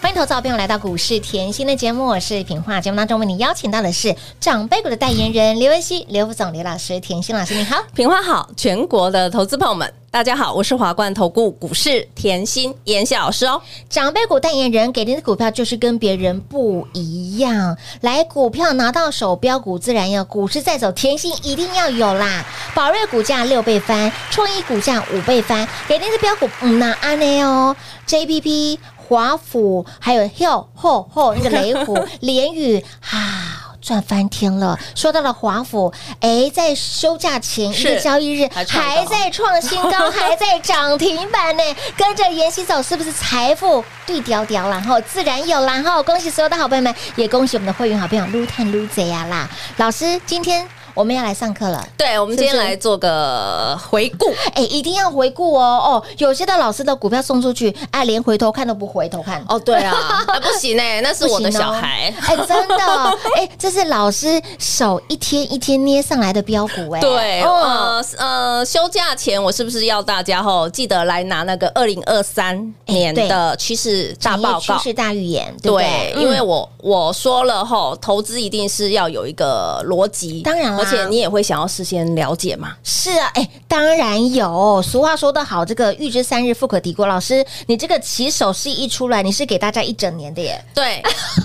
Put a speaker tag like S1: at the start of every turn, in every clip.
S1: 欢迎投资好朋友来到股市甜心的节目，我是品化。节目当中为你邀请到的是长辈股的代言人刘文熙、刘副总、刘老师、甜心老师，你好。
S2: 平花好，全国的投资朋友们，大家好，我是华冠投顾股市甜心妍希老师哦。
S1: 长辈股代言人给您的股票就是跟别人不一样，来股票拿到手，标股自然要，股市再走，甜心一定要有啦。宝瑞股价六倍翻，创意股价五倍翻，给您的标股嗯那安内哦，JPP。华府还有 Hill 后后那个雷虎联宇啊。赚翻天了！说到了华府，哎，在休假前一
S2: 是
S1: 个交易日
S2: 还创高
S1: 还在创新 高，还在涨停板呢。跟着妍希走，是不是财富对调调啦？吼，自然有啦！吼，恭喜所有的好朋友们，也恭喜我们的会员好朋友撸探撸贼啊啦！老师，今天我们要来上课了。
S2: 对，我们今天来做个回顾，
S1: 哎，一定要回顾哦哦！有些的老师的股票送出去，哎、连回头看都不回头看
S2: 哦，对 啊，哎不行哎、那是我的小孩。
S1: 不行哦哎、真的哦，哎、这是老师手一天一天捏上来的标股、哎，
S2: 对，
S1: 哦，
S2: 呃呃，休假前我是不是要大家吼记得来拿那个二零二三年
S1: 对
S2: 的趋势大
S1: 产业
S2: 报
S1: 哎趋
S2: 告？
S1: 势大预言，对不
S2: 对
S1: 对？，
S2: 因为
S1: 嗯
S2: 我我说了吼，投资一定是要有一个逻辑，
S1: 当然啦啊
S2: 而且你也会想要事先了解嘛。
S1: 是啊，哎、当然有。俗话说得好，这个预知三日，富可敌国。老师，你这个起手式一出来，你是给大家一整年的耶。
S2: 对，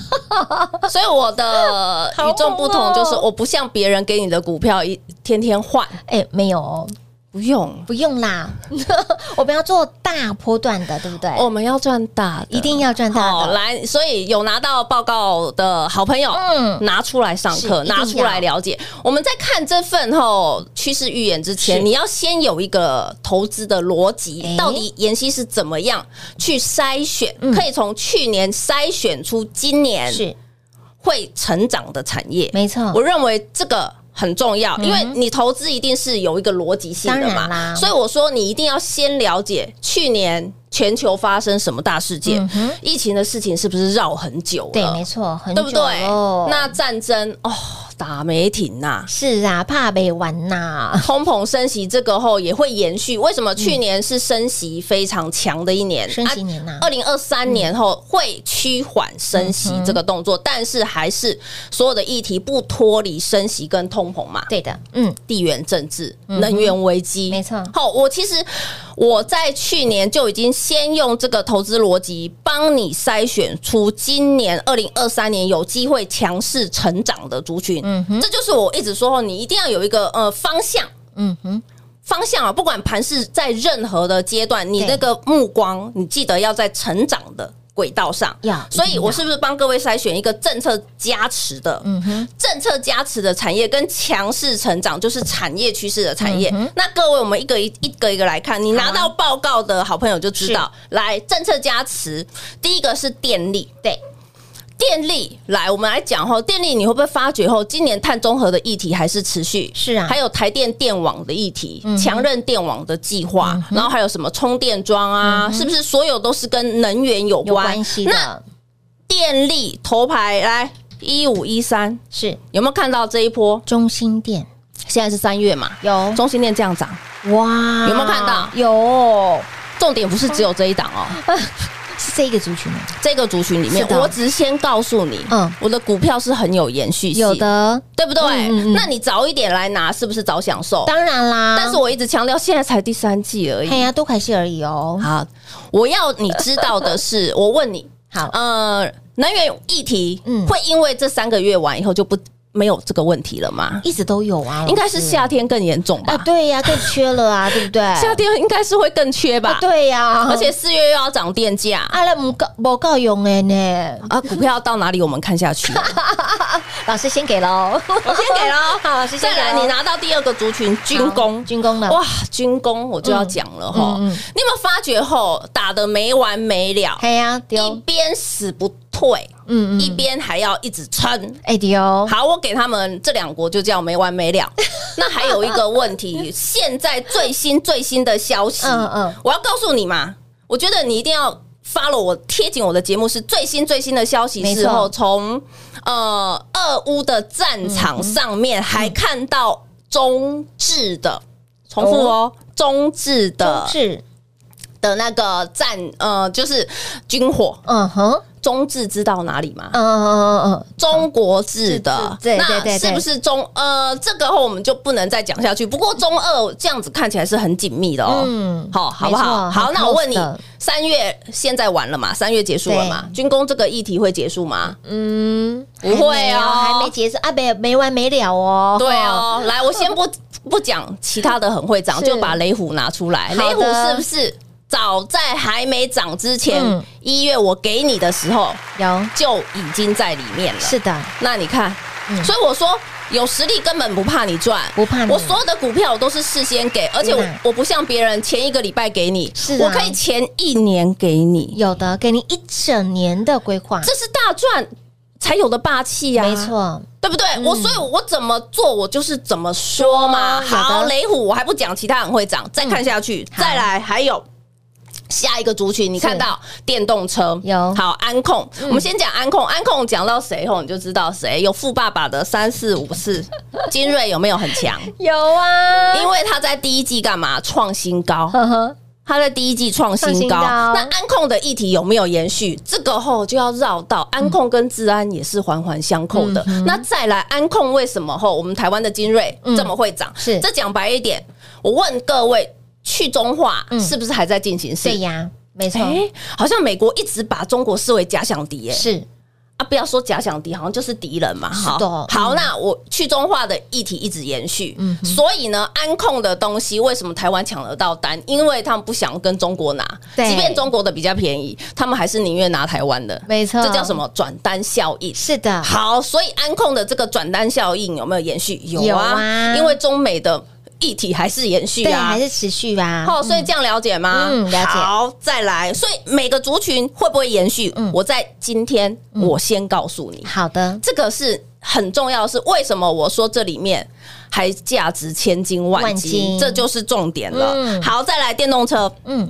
S2: 所以我的与众不
S1: 哦
S2: 同就是，我不像别人给你的股票一天天换，
S1: 哎、没有哦，
S2: 不用，
S1: 不用啦， 我们要做大波段的，对不对？
S2: 哦我们要赚大的，
S1: 一定要赚大
S2: 好
S1: 的。
S2: 来。所以有拿到报告的好朋友，
S1: 嗯
S2: 嗯，拿出来上课，
S1: 是一定要
S2: 拿出来了解。我们在看这份后趋势预言之
S1: 是
S2: 前，你要先有一个投资的逻辑
S1: 诶，嗯
S2: 到底妍希是怎么样去筛选，可以从去年筛选出今年
S1: 是，
S2: 会成长的产业。
S1: 没错。
S2: 我认为这个很重要，
S1: 嗯
S2: 因为你投资一定是有一个逻辑性的
S1: 当然啦
S2: 嘛，所以我说你一定要先了解去年全球发生什么大事件
S1: 嗯哼，
S2: 疫情的事情是不是绕很久了？
S1: 对，没错，很久
S2: 对不对？
S1: 咯
S2: 那战争哦，打没停呐、
S1: 是啊，怕没完呐、
S2: 通膨升息这个后也会延续，为什么去年是升息非常强的一年？
S1: 嗯
S2: 啊
S1: 升息年呐
S2: 二零二三年后会趋缓升
S1: 嗯
S2: 息这个动作，但是还是所有的议题不脱离升息跟通膨嘛。
S1: 对的，嗯，
S2: 地缘政治、能源危机，
S1: 没错
S2: 好，我其实我在去年就已经先用这个投资逻辑帮你筛选出今年二零二三年有机会强势成长的族群。
S1: 嗯哼
S2: 这就是我一直说哦，你一定要有一个呃方向。
S1: 嗯哼，
S2: 方向啊，不管盘是在任何的阶段，你
S1: 对
S2: 那个目光，你记得要在成长的轨道上
S1: 要。
S2: 所
S1: 一
S2: 以，
S1: 定
S2: 我是不是帮各位筛选一个政策加持的？
S1: 嗯哼，
S2: 政策加持的产业跟强势成长，就是产业趋势的产业。
S1: 嗯哼
S2: 那各位，我们一个一一个一个来看，你
S1: 好
S2: 拿
S1: 啊
S2: 到报告的好朋友就知道。来，政策加持，第一个是电力，
S1: 对，
S2: 电力。来，我们来讲后，电力你会不会发觉后，今年碳中和的议题还是持续？
S1: 是啊
S2: 还有台电电网的议题
S1: 嗯哼，嗯
S2: 强韧电网的计划，然后还有什么充电桩啊，是不是所有都是跟能源有
S1: 有
S2: 关？
S1: 关系
S2: 那
S1: 的，
S2: 电力头牌来一五一三。
S1: 是
S2: 有没有看到这一波？
S1: 中心店
S2: 现在是三月嘛，
S1: 有
S2: 中心店这样涨，
S1: 哇，
S2: 有没有看到
S1: 有，
S2: 重点不是只有这一档哦，
S1: 是这个族群吗？
S2: 这个族群里面
S1: 是，的
S2: 我只是先告诉你，
S1: 嗯
S2: 嗯，我的股票是很有延续性，
S1: 有，的，
S2: 对不
S1: 嗯嗯嗯
S2: 对？那你早一点来拿，是不是早享受？
S1: 当然啦，
S2: 但是我一直强调，现在才第三季而
S1: 哎
S2: 已。
S1: 呀，多开心而已哦。
S2: 好，我要你知道 的是，我问你，
S1: 好，哦
S2: 呃，能源议题
S1: 嗯
S2: 会因为这三个月完以后就不没有这个问题了吗？
S1: 一直都有啊，
S2: 应该是夏天更严重
S1: 啊，
S2: 吧？
S1: 对呀，更缺了 啊，对不对？
S2: 夏天应该是会更缺吧
S1: 啊？对呀，啊
S2: 而且四月又要涨电价
S1: 阿拉姆告无够用的呢，
S2: 啊，股票到哪里我们看下去，
S1: 老师先给喽，
S2: 我先给了。
S1: 好，老师先
S2: 再
S1: 给
S2: 来，
S1: 咯
S2: 你拿到第二个族群 军
S1: 好
S2: 工，
S1: 军工了，
S2: 哇，军工我就要讲了哈。
S1: 嗯嗯嗯
S2: 你有没有发觉后打的没完没了，
S1: 嘿呀，
S2: 一
S1: 丢，
S2: 边死不退，
S1: 嗯
S2: 一，边还要一直撑？
S1: 哎丢，
S2: 好，我给他们这两国就叫没完没 了。那还有一个问题，现在最新最新的消息，
S1: 嗯嗯
S2: 我要告诉你嘛，我觉得你一定要 follow 我贴紧我的节目是最新最新的消息
S1: 没错
S2: 之后，从呃俄乌的战场上面还看到中制的，重复哦，中制的
S1: 是，
S2: 的那个战呃就是军火，
S1: 嗯哼，
S2: 中制知道哪里吗？
S1: 嗯嗯嗯嗯嗯，
S2: 中国制的，
S1: 制对对对
S2: 那是不是中呃这个后我们就不能再讲下去。不过中二这样子看起来是很紧密的哦，
S1: 嗯
S2: 好好不好？
S1: 没错
S2: 好，
S1: 很
S2: 那我问
S1: close
S2: 你
S1: 的，
S2: 三月现在完了嘛？三月结束了嘛？军工这个议题会结束吗？
S1: 嗯，
S2: 不会哦
S1: 还没还没结束啊，没没完没了哦，
S2: 对哦，来，我先不 不讲其他的很会涨，
S1: 是
S2: 就把雷虎拿出来。
S1: 好的
S2: 雷虎是不是早在还没涨之前
S1: 嗯，
S2: 一月我给你的时候
S1: 有，
S2: 就已经在里面了？
S1: 是的，
S2: 那你看，
S1: 嗯
S2: 所以我说有实力根本不怕你赚，
S1: 不怕你
S2: 我所有的股票我都是事先给，而且我
S1: 嗯啊
S2: 我不像别人前一个礼拜给你，
S1: 是啊
S2: 我可以前一年给你，
S1: 有的，给你一整年的规划，
S2: 这是大赚才有的霸气啊呀、
S1: 没，错，
S2: 对不对？
S1: 嗯
S2: 我所以我怎么做，我就是怎么说
S1: 说哦
S2: 嘛。
S1: 有
S2: 好，
S1: 的嗯
S2: 雷虎我还不讲，其他很会涨，再看下去，
S1: 好
S2: 再来还有。下一个族群，你看到电动车
S1: 有嗯
S2: 好安控，我们先讲安控，安控讲到谁吼，你就知道谁有富爸爸的三四五四， 精锐有没有很 强？
S1: 有啊
S2: 因为他在第一季干嘛创新高，
S1: 呵呵，
S2: 他在第一季创新
S1: 创新
S2: 高。
S1: 高
S2: 那安控的议题有没有延续？这个后就要绕到安控跟治安也是环环相扣的。那再来安控为什么后我们台湾的精锐
S1: 嗯
S2: 这么会涨？
S1: 是
S2: 这讲白一点，我问各位，去中化
S1: 嗯
S2: 是不是还在进行式？
S1: 对呀，没错，
S2: 哎，好像美国一直把中国视为假想敌耶、
S1: 是
S2: 啊，不要说假想敌，好像就是敌人嘛。
S1: 是的嗯
S2: 好，好，那我去中化的议题一直延续，所以呢，安控的东西为什么台湾抢得到单？因为他们不想跟中国拿，
S1: 对
S2: 即便中国的比较便宜，他们还是宁愿拿台湾的。
S1: 没错，
S2: 这叫什？么转单效应？
S1: 是的，
S2: 好，所以安控的这个转单效应有没有延续？有啊，
S1: 有啊
S2: 因为中美的议题还是延续
S1: 对，
S2: 啊，
S1: 还是持续啊，
S2: 哦，所以这样了解吗？
S1: 嗯了解
S2: 好，再来，所以每个族群会不会延续？
S1: 嗯
S2: 我在今天我先告诉你，
S1: 好的，
S2: 这个是很重要的是为什么我说这里面还价值千金万金，
S1: 万金
S2: 这就是重点了。
S1: 嗯
S2: 好，再来电动车，
S1: 嗯，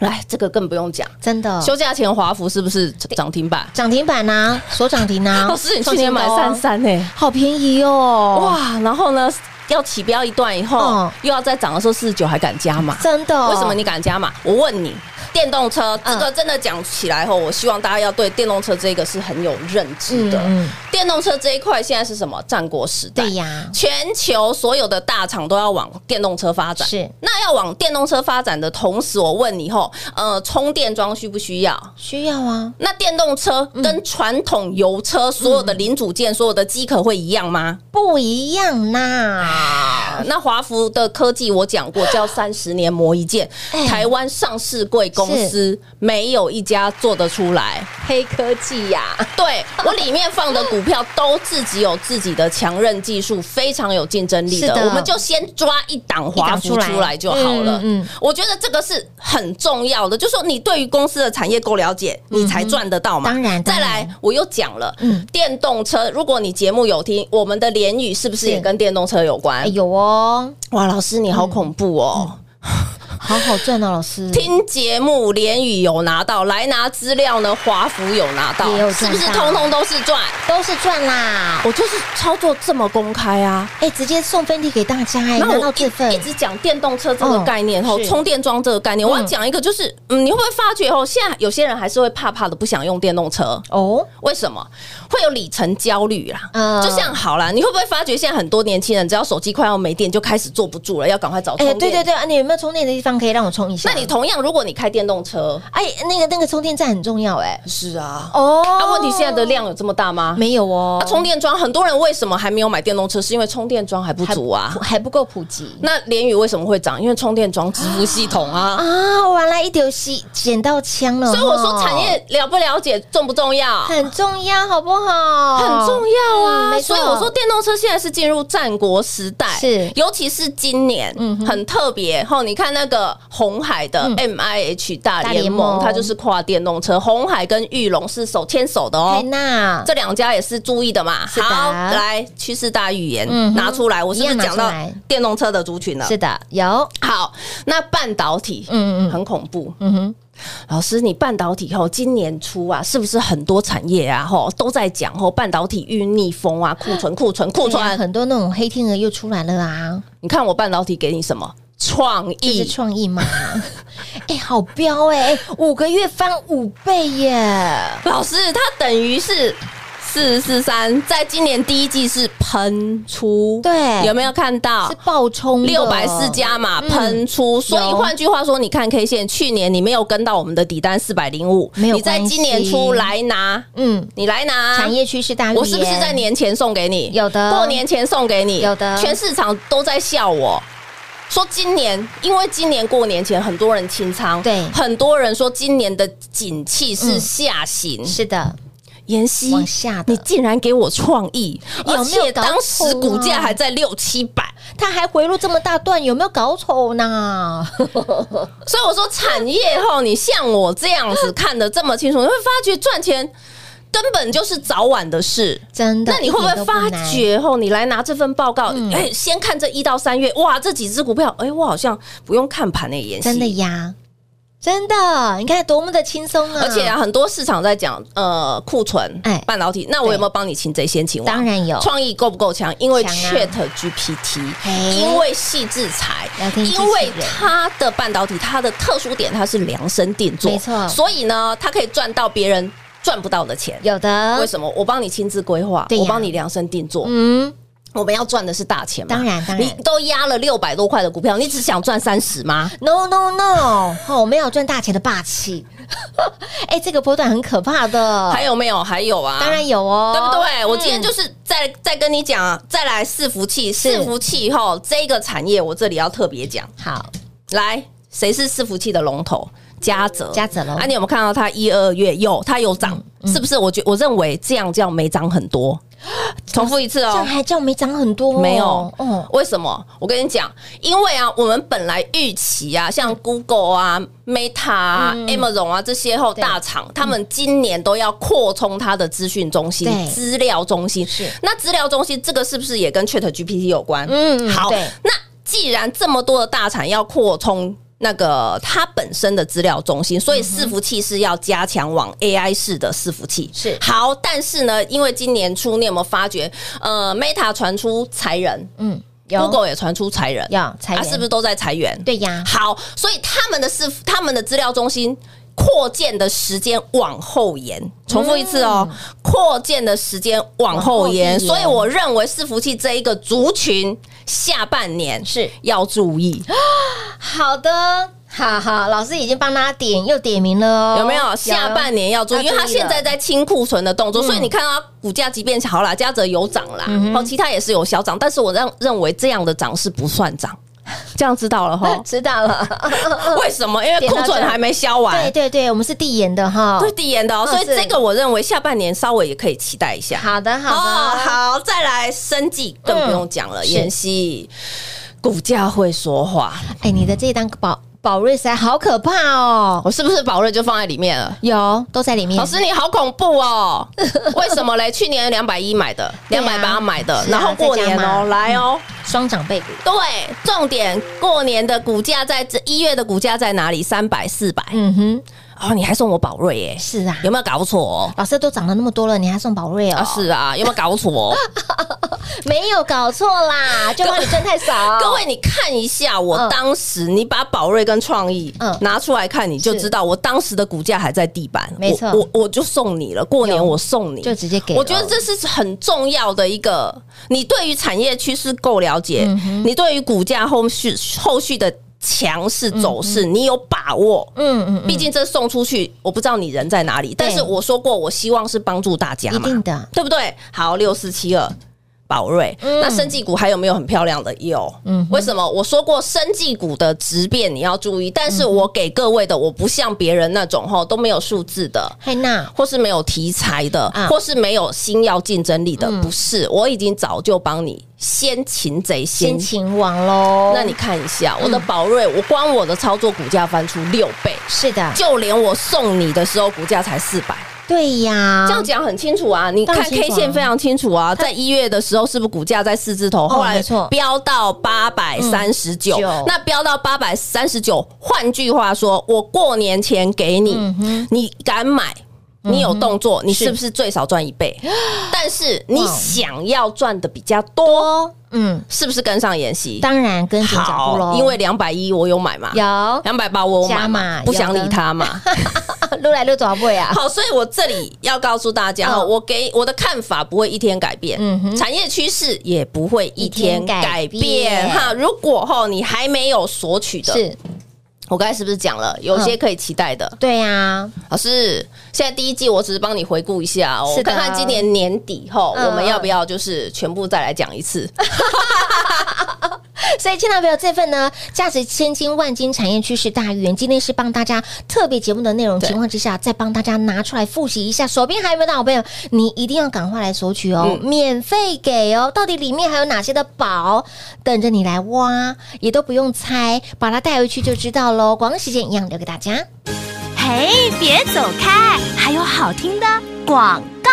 S2: 来这个更不用讲，
S1: 真的，
S2: 休假前华孚是不是涨停板？
S1: 涨停板呐，所涨停呐，
S2: 老师，你去年买
S1: 创新高
S2: 三
S1: 哦，
S2: 三呢？
S1: 好便宜哦，哇，
S2: 哇，然后呢，要起标一段以后，
S1: 嗯
S2: 又要再涨的时候四十九还敢加码？
S1: 真的，
S2: 为什么你敢加码？我问你，电动车
S1: 嗯
S2: 这个真的讲起来后，我希望大家要对电动车这个是很有认知的。
S1: 嗯嗯
S2: 电动车这一块现在是什么？战国时代。
S1: 对呀，
S2: 全球所有的大厂都要往电动车发展，
S1: 是
S2: 那要往电动车发展的同时，我问你后，呃，充电桩需不需要？
S1: 需要啊，
S2: 那电动车
S1: 嗯
S2: 跟传统油车所有的零组件、所有的机壳会一样吗？
S1: 不一样呐，
S2: 啊那华孚的科技我讲过，叫三十年磨一剑
S1: 哎。
S2: 台湾上市贵公司没有一家做得出来。
S1: 黑科技呀，
S2: 对我里面放的股票都自己有自己的强韧技术，非常有竞争力
S1: 是
S2: 的。
S1: 的
S2: 我们就先抓一档华孚出来就好了。
S1: 嗯嗯
S2: 嗯
S1: 嗯
S2: 我觉得这个是很重要的，就说你对于公司的产业够了解，你才赚得到嘛。
S1: 嗯当然
S2: 再
S1: 当
S2: 来
S1: 然
S2: 我又讲了，
S1: 嗯
S2: 电动车，如果你节目有听，我们的联宇是不是
S1: 是
S2: 也跟电动车有关？
S1: 哎有哦，
S2: 哇，老师你好恐怖哦！
S1: 好好赚哦，老师，
S2: 听节目，联宇有拿到，来拿资料呢，华孚有拿到
S1: 也有，
S2: 是
S1: 赚
S2: 不
S1: 到
S2: 是通通都是赚？
S1: 都是赚啦，
S2: 我就是操作这么公开啊！
S1: 哎，直接送分题给大家，哎，
S2: 然
S1: 拿
S2: 后
S1: 到
S2: 我
S1: 这份
S2: 一一直讲电动车这个概念，
S1: 嗯
S2: 后
S1: 是
S2: 充电桩这个概念，我要
S1: 嗯
S2: 讲一个，就是嗯，你会不会发觉哦，现在有些人还是会怕怕的，不想用电动车。
S1: 哦，
S2: 为什么会有里程焦虑啦？
S1: 嗯
S2: 就像好啦，你会不会发觉现在很多年轻人只要手机快要没电就开始坐不住了，要赶快找充
S1: 哎，
S2: 电？
S1: 对对对，啊，你有没有充电的地方方可以让我冲一下？
S2: 那你同样，如果你开电动车，
S1: 哎，那个那个充电站很重要哎、
S2: 是啊，
S1: 哦，
S2: 那问题现在的量有这么大吗？
S1: 没有哦
S2: 啊，，充电桩很多人为什么还没有买电动车？是因为充电桩还不足啊
S1: 还。还不够普及
S2: 那联宇为什么会涨？因为充电桩支付系统啊。
S1: 啊！完了，一丢西捡到枪了，哦
S2: 所以我说产业了不了解重不重要？
S1: 很重要，好不好？
S2: 很重要
S1: 嗯
S2: 啊，
S1: 没错
S2: 所以我说电动车现在是进入战国时代，
S1: 是
S2: 尤其是今年，
S1: 嗯哼
S2: 很特别。吼，你看那个红海的
S1: 嗯
S2: M I H 大
S1: 大
S2: 联
S1: 联
S2: 盟
S1: 盟，
S2: 它就是跨电动车，红海跟玉龙是手牵手的哦
S1: 海。娜，
S2: 这两家也是注意的嘛。
S1: 是的
S2: 好，来趋势大预言、
S1: 嗯哼
S2: 拿出来，我是不是
S1: 一样拿
S2: 讲到
S1: 出来
S2: 电动车的族群了？
S1: 是的，有，
S2: 好，那半导体，
S1: 嗯嗯嗯
S2: 很恐怖。
S1: 嗯哼，
S2: 老师，你半导体吼，今年初啊，是不是很多产业啊吼都在讲吼半导体遇逆风啊，库存库存库
S1: 对啊
S2: 存？
S1: 很多那种黑天鹅又出来了啊，
S2: 你看我半导体给你什么创
S1: 就是
S2: 意？
S1: 创意嘛， 哎，好标哎，五个月翻五倍耶，
S2: 老师，它等于是四四三，在今年第一季是喷出，
S1: 对
S2: 有没有看到
S1: 是？爆冲的
S2: 六百四，加码
S1: 嗯
S2: 喷出，所以
S1: 有
S2: 换句话说，你看 K 线，去年你没有跟到我们的底单四百零五，
S1: 没有
S2: 你在今年
S1: 关系
S2: 初来拿，
S1: 嗯，
S2: 你来拿
S1: 产业趋势大预言，
S2: 啊我是不是在年前送给你？
S1: 有的
S2: 过年前送给你，
S1: 有的
S2: 全市场都在笑我。说今年，因为今年过年前很多人清仓，
S1: 对
S2: 很多人说今年的景气是
S1: 嗯
S2: 下行。
S1: 是的，
S2: 妍希，
S1: 往下的
S2: 你竟然给我创意，
S1: 有没有
S2: 而且
S1: 搞错啊
S2: 当时股价还在六七百，
S1: 它还回落这么大段，有没有搞丑 呢？
S2: 所以我说产业后，你像我这样子看得这么清楚，你会发觉赚钱根本就是早晚的事。
S1: 真的，
S2: 那你会不
S1: 一
S2: 会
S1: 点都
S2: 发
S1: 难？
S2: 觉后，你来拿这份报告？哎、
S1: 嗯
S2: 先看这一到三月，哇，这几只股票，哎、我好像不用看盘诶、欸，妍希
S1: 真的。呀，真的，你看多么的轻松啊！
S2: 而且啊，很多市场在讲呃库存，
S1: 哎
S2: 半导体。那我有没有帮你请贼先请王？
S1: 当然有
S2: 创意够不够强？因为
S1: 强啊
S2: Chat GPT，、
S1: 哎
S2: 因为细制裁
S1: 聊，天机器
S2: 因
S1: 人
S2: 为它的半导体它的特殊点，它是量身定做，
S1: 没错
S2: 所以呢，它可以赚到别人赚不到的钱。
S1: 有的，
S2: 为什么？我帮你亲自规划，
S1: 呃对呀
S2: 我帮你量身定做，
S1: 嗯，
S2: 我们要赚的是大钱嘛？
S1: 当然当然
S2: 你都压了六百多块的股票，你只想赚三十吗？
S1: No no no！好、我们要赚大钱的霸气。 哎、这个波段很可怕的，
S2: 还有没有？还有啊，
S1: 呃当然有哦，
S2: 对不对？我今天
S1: 嗯
S2: 就是再再跟你讲啊，再来伺服器，伺服器吼这个产业，我这里要特别讲。
S1: 好，
S2: 来，谁是伺服器的龙头？嘉泽，
S1: 嘉泽嗯咯
S2: 啊，你有没有看到它一二月有它有涨？是不是？我觉我认为这样叫没涨很多。重复一次
S1: 这样
S2: 哦，
S1: 还叫没涨很多、哦？
S2: 没有，
S1: 哦，
S2: 为什么？我跟你讲，因为啊，我们本来预期啊，像 Google 啊、Meta 啊、Amazon 啊这些后
S1: 嗯对嗯
S2: 大厂，他们今年都要扩充它的资讯中心
S1: 对、
S2: 资料中心。
S1: 是
S2: 那资料中心这个是不是也跟 Chat GPT 有关？
S1: 嗯
S2: 好
S1: 对。
S2: 那既然这么多的大厂要扩充。那个它本身的资料中心，所以伺服器是要加强往 AI 式的伺服器。
S1: 是
S2: 好，但是呢，因为今年初你有没有发觉，呃，Meta 传出裁人，
S1: 嗯，有
S2: Google 也传出裁人，
S1: 有裁员、
S2: 啊，是不是？都在裁员？，
S1: 对呀，
S2: 好，所以他们的是他们的资料中心。扩建的时间往后延，重复一次哦，扩建的时间往
S1: 往后
S2: 后延，
S1: 延
S2: 所以我认为伺服器这一个族群下半年
S1: 是
S2: 要注意，
S1: 好的，哈哈，老师已经帮大家点又点名了哦，
S2: 有没有？下半年要注意，
S1: 要
S2: 因为它
S1: 注意了
S2: 现在在清库存的动作，
S1: 嗯
S2: 所以你看它股价即便好啦，嘉泽有涨啦，
S1: 嗯哼。
S2: 哦，其他也是有小涨，但是我认认为这样的涨是不算涨，这样知道了哈
S1: 知道了，
S2: 为什么？因为库存还没消
S1: 对
S2: 完，
S1: 对对，我们是递延的哈
S2: 都。是递延的哦，
S1: 嗯
S2: 所以
S1: 是
S2: 这个我认为下半年稍微也可以期待一下。
S1: 好的，好
S2: 哦
S1: 的，，
S2: 好，嗯再来生计更不用讲了，
S1: 是
S2: 妍希股价会说话，
S1: 哎，你的这一档宝宝瑞实在好可怕哦，
S2: 我是不是宝瑞就放在里面了？
S1: 有都在里面。
S2: 老师你好恐怖 哦！为什么嘞？去年两百一买的，
S1: 对
S2: 两
S1: 啊
S2: 百八买的，
S1: 是啊
S2: 然后过年
S1: 再加
S2: 哦
S1: 码，
S2: 来哦，
S1: 双长辈股，
S2: 对，重点过年的股价在这一月的股价在哪里？三百、四百
S1: 嗯哼，
S2: 哦，你还送我宝瑞耶？
S1: 是啊，
S2: 有没有搞错哦？
S1: 老师都涨了那么多了，你还送宝瑞哦？
S2: 啊，是啊，有没有搞错？
S1: 没有搞错 啦，就帮你赚太少。
S2: 各位，你看一下，我当时你把宝瑞跟创意
S1: 嗯
S2: 拿出来看，你就是知道我当时的股价还在地板，
S1: 没错
S2: 我我我就送你了，过年
S1: 有
S2: 我送你，
S1: 就直接给了
S2: 我觉得这是很重要的一
S1: 嗯
S2: 个，你对于产业趋势够了解，你对于股价后续后续的。强势走势，你有把握。
S1: 嗯嗯嗯，
S2: 毕竟这送出去，我不知道你人在哪里，但是我说过，我希望是帮助大家
S1: 一
S2: 嘛，
S1: 定的，
S2: 对不对？好，六四七二。宝瑞，
S1: 嗯
S2: 那生技股还有没有很漂亮的？有，
S1: 嗯
S2: 为什么？我说过生技股的质变你要注意，但是我给各位的，我不像别人那种吼都没有数字的，
S1: 汉娜，
S2: 或是没有题材的，
S1: 啊
S2: 或是没有新药竞争力的，
S1: 嗯
S2: 不是，我已经早就帮你先擒贼先
S1: 先哦嗯秦王喽。
S2: 那你看一下我的宝瑞，我光我的操作股价翻出六倍，
S1: 是的，
S2: 就连我送你的时候股价才四百，
S1: 对呀，
S2: 这样讲很清楚啊！你看
S1: 当然清
S2: K
S1: 楚啊
S2: 线非常清楚啊，在一月的时候是不是股价在四字头？后
S1: 哦
S2: 来
S1: 没错
S2: 飙到八百三十九
S1: 嗯九，
S2: 那飙到八百三十九，换句话说，我过年前给你
S1: 嗯哼，嗯
S2: 你敢买？你有动作，你
S1: 是
S2: 是不是最少赚一 倍？但是你
S1: 哇
S2: 想要赚的比较多，
S1: 嗯，
S2: 是不是跟上妍希？
S1: 当然跟紧脚步
S2: 好，
S1: 喽，
S2: 因为两百一我有买嘛，
S1: 有
S2: 两百八我有买
S1: 加
S2: 嘛
S1: 码，
S2: 不想
S1: 有
S2: 理
S1: 的
S2: 他嘛。
S1: 撸来撸爪不啊，
S2: 好，所以我这里要告诉大家，
S1: 嗯
S2: 我给我的看法不会一天改变，
S1: 嗯哼
S2: 产业趋势也不会一天改
S1: 一天改
S2: 变
S1: 变
S2: 哈。如果哈你还没有索取的，
S1: 是嗯
S2: 我刚才是不是讲了，有些可以期待的？
S1: 对呀，
S2: 老师，现在第一季我只是帮你回顾一下哦，
S1: 是
S2: 我
S1: 的啊
S2: 看看今年年底后
S1: 嗯
S2: 我们要不要就是全部再来讲一次？
S1: 所以，亲爱的朋友，这份呢价值千金万金产业趋势大预言，今天是帮大家特别节目的内容
S2: 对
S1: 情况之下，再帮大家拿出来复习一下。手边还有没有的好朋友，你一定要赶快来索取哦，
S2: 嗯
S1: 免费给哦。到底里面还有哪些的宝等着你来挖，也都不用猜，把它带回去就知道喽。广告时间一样留给大家。
S3: 嘿，别走开，还有好听的广告。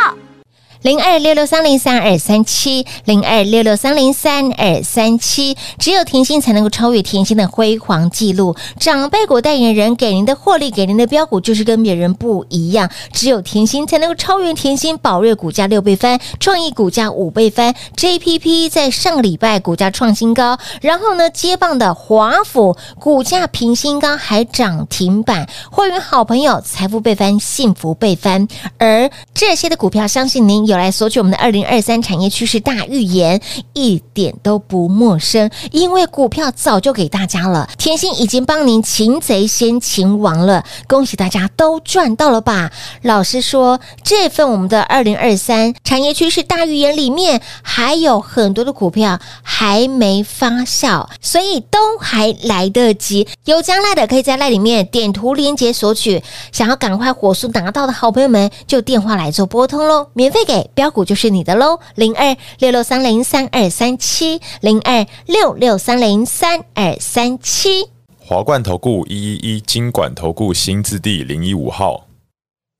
S1: 零二六六三零三二三七，零二六六三零三二三七，只有甜心才能够超越甜心的辉煌记录。长辈股代言人给您的获利，给您的标股就是跟别人不一样，只有甜心才能够超越甜心。宝瑞股价六倍翻，创意股价五倍翻，JPP 在上个礼拜股价创新高，然后呢，接棒的华府股价平新高，还涨停板。会员好朋友财富倍翻，幸福倍翻。而这些的股票，相信您有来索取我们的二零二三产业趋势大预言，一点都不陌生，因为股票早就给大家了，甜心已经帮您擒贼先擒王了，恭喜大家都赚到了吧？老实说，这份我们的二零二三产业趋势大预言里面，还有很多的股票还没发酵，所以都还来得及。有加赖的可以在赖里面点图连接索取，想要赶快火速拿到的好朋友们，就电话来做拨通喽，免费给标股就是你的喽，零二六六三零三二三七，零二六六三零三二三七。
S4: 华冠投顾一一一金管投顾新字第零一五号，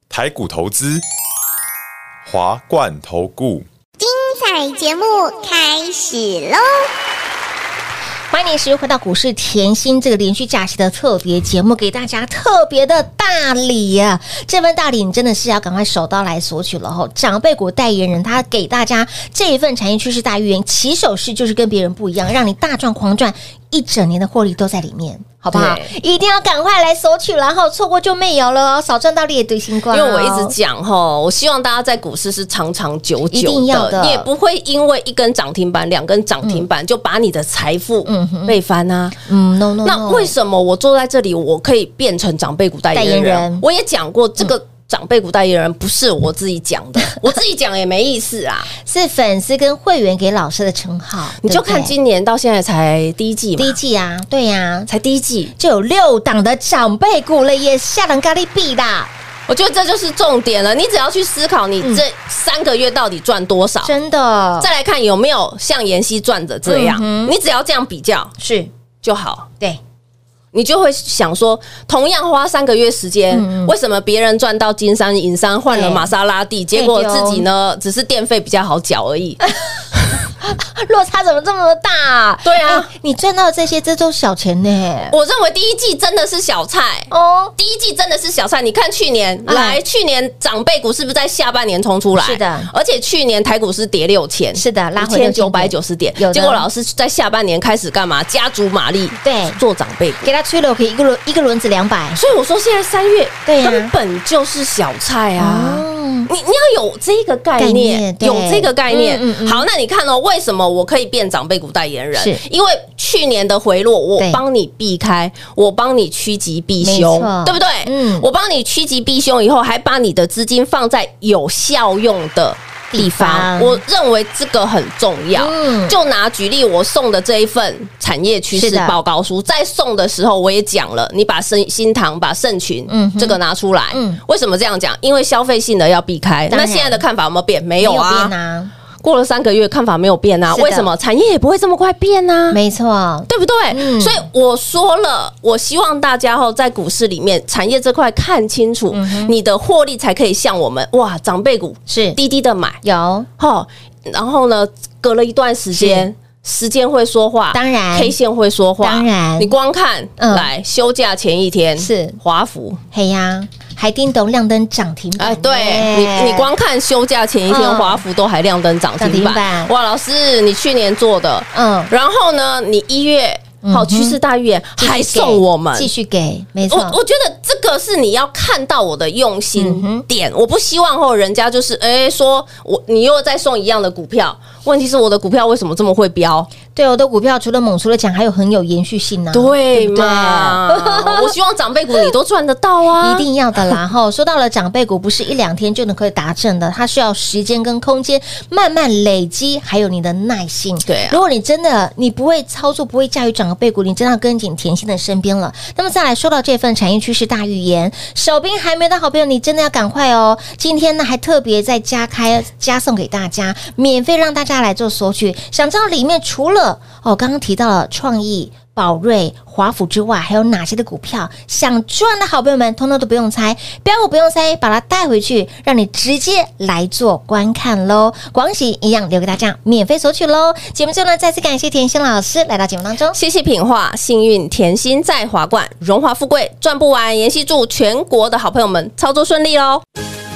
S4: 台股投资，华冠投顾。
S5: 彩节目开始喽！
S1: 欢迎你，时又回到股市甜心这个连续假期的特别节目，给大家特别的大礼呀、这份大礼你真的是要赶快手刀来索取了吼！长辈股代言人他给大家这一份产业趋势大预言，起手式就是跟别人不一样，让你大赚狂赚一整年的获利都在里面，好不好？一定要赶快来索取了吼，然后错过就没有了哦，少赚到你也堆星光、
S2: 因为我一直。讲哈，我希望大家在股市是长长久
S1: 一定
S2: 久
S1: 要
S2: 的，
S1: 的
S2: 你也不会因为一根涨停板、两根涨停板、就把你的财富倍翻啊。
S1: 嗯，no no，, no
S2: 那为什么我坐在这里，我可以变成长辈股代言人？嗯
S1: 代言人
S2: 我也讲过，这个长辈股代言人不是我自己讲 的，我自己讲也没意思啊。
S1: 是粉丝跟会员给老师的称号？
S2: 你就
S1: 对不对
S2: 看今年到现在才第一季嘛
S1: 第，一季啊，对呀、
S2: 才第一季，
S1: 就有六档的长辈股了耶，吓人咖喱币啦，
S2: 我觉得这就是重点了。你只要去思考，你这三个月到底赚多少。
S1: 真的，
S2: 再来看有没有像妍希赚的这样，
S1: 嗯
S2: 你只要这样比较
S1: 是
S2: 就好，
S1: 对，
S2: 你就会想说，同样花三个月时间，
S1: 嗯嗯
S2: 为什么别人赚到金山银山换了
S1: 对
S2: 玛莎拉蒂，结果
S1: 对哦
S2: 自己呢只是电费比较好缴而已？
S1: 落差怎么这么大？
S2: 对啊
S1: 哎你赚到这些，这都小钱呢。
S2: 我认为第一季真的是小菜。
S1: 哦，
S2: 第一季真的是小菜，你看去年、
S1: 嗯
S2: 来，去年长辈股是不是在下半年冲出来？
S1: 是的
S2: 而且去年台股是跌六千，
S1: 是的拉回
S2: 千九
S1: 6990
S2: 百九十点
S1: 有的，
S2: 结果老师在下半年开始干嘛？加足马力，
S1: 对
S2: 做长辈股。
S1: 给他吹了，可以一个轮一个轮子两百。
S2: 所以我说现在三月
S1: 对呀
S2: 根本就是小菜啊。
S1: 哦嗯，
S2: 你你要有这个概念，
S1: 概念对
S2: 有这个概念。
S1: 嗯嗯嗯
S2: 好，那你看哦，为什么我可以变长辈股代言人？
S1: 是
S2: 因为去年的回落，我
S1: 对
S2: 帮你避开，我帮你趋吉避
S1: 没
S2: 凶
S1: 错，
S2: 对不对？
S1: 嗯
S2: 我帮你趋吉避凶以后，还把你的资金放在有效用的。地方，
S1: 地方
S2: 我认为这个很重要。
S1: 嗯
S2: 就拿举例，我送的这一份产业趋
S1: 是
S2: 势
S1: 的
S2: 报告书，在送的时候我也讲了，你把新新塘、把盛群，
S1: 嗯哼
S2: 这个拿出来，
S1: 嗯
S2: 为什么这样讲？因为消费性的要避开。
S1: 当
S2: 那
S1: 然
S2: 现在的看法有没有变？没
S1: 没
S2: 有
S1: 有
S2: 啊。
S1: 变啊，
S2: 过了三个月，看法没有变啊。
S1: 是的
S2: 为什么产业也不会这么快变啊？
S1: 没错，
S2: 对不对？
S1: 嗯
S2: 所以我说了，我希望大家后在股市里面产业这块看清楚，
S1: 嗯
S2: 你的获利才可以像我们哇长辈股
S1: 是
S2: 低低的买
S1: 有，
S2: 哈，然后呢，隔了一段时间。时间会说话，
S1: 当然
S2: ，K 线会说话，
S1: 当然
S2: 你光看，
S1: 嗯
S2: 来休假前一天
S1: 是
S2: 华孚，
S1: 嘿呀，还叮咚亮灯涨停板
S2: 哎，
S1: 耶，
S2: 对你，你光看休假前一天，
S1: 嗯
S2: 华孚都还亮灯涨
S1: 涨停
S2: 停
S1: 板
S2: 板。哇，老师，你去年做的，
S1: 嗯，
S2: 然后呢，你一月好趋势大预言
S1: 继续
S2: 还
S1: 给
S2: 送我们。
S1: 继续给，没
S2: 我
S1: 错，
S2: 我觉得这个是你要看到我的用
S1: 嗯
S2: 心点，我不希望后人家就是哎说我你又再送一样的股票，问题是我的股票为什么这么会飙？
S1: 对我的股票除了猛除了强，还有很有延续性呢、啊，
S2: 对
S1: 不对
S2: 嘛？ 我希望长辈股你都赚得到啊，
S1: 一定要的啦！哈，说到了长辈股，不是一两天就能够达成的，它需要时间跟空间慢慢累积，还有你的耐心。
S2: 对啊
S1: 如果你真的你不会操作，不会驾驭长辈股，你真的要跟紧甜心的身边了。那么再来说到这份产业趋势大预言，手边还没的好朋友，你真的要赶快哦！今天呢，还特别再加开加送给大家，免费让大家来做索取。想知道里面除了哦，刚刚提到了创意。宝瑞、华府之外，还有哪些的股票想赚的好朋友们，通通都不用猜，标股不用猜，把它带回去，让你直接来做观看喽。广喜一样留给大家免费索取喽。节目最后呢，再次感谢甜心老师来到节目当中。
S2: 谢谢品画，幸运甜心在华冠，荣华富贵赚不完。妍希祝全国的好朋友们操作顺利喽！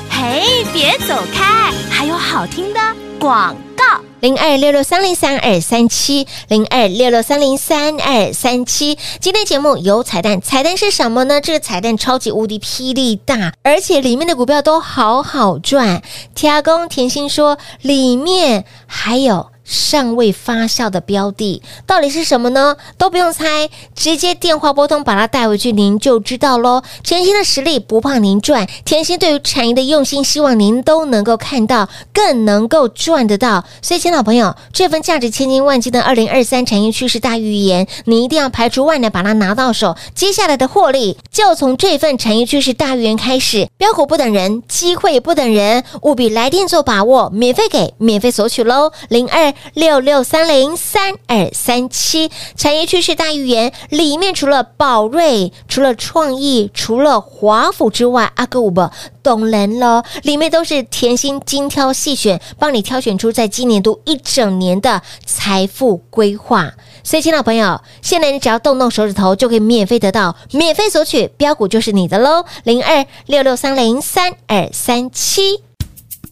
S3: 嘿，别走开，还有好听的广告。
S1: 零二六六三零三二三七，零二六六三零三二三七。今天节目有彩蛋，彩蛋是什么呢？这个彩蛋超级无敌霹雳大，而且里面的股票都好好赚。铁阿公甜心说，里面还有。尚未发酵的标的到底是什么呢？都不用猜，直接电话拨通，把它带回去，您就知道喽。甜心的实力不怕您赚，甜心对于产业的用心，希望您都能够看到，更能够赚得到。所以，亲老朋友，这份价值千金万金的二零二三产业趋势大预言，你一定要排除万难把它拿到手。接下来的获利就从这份产业趋势大预言开始，标股不等人，机会也不等人，务必来电做把握，免费给，免费索取喽，零二六六三零三二三七产业趋势大预言里面，除了宝瑞，除了创意，除了华府之外，啊阿哥五伯懂人喽，里面都是甜心精挑细选，帮你挑选出在今年度一整年的财富规划。所以，亲爱的朋友，现在你只要动动手指头，就可以免费得到，免费索取标股就是你的喽，零二六六三零三二三七。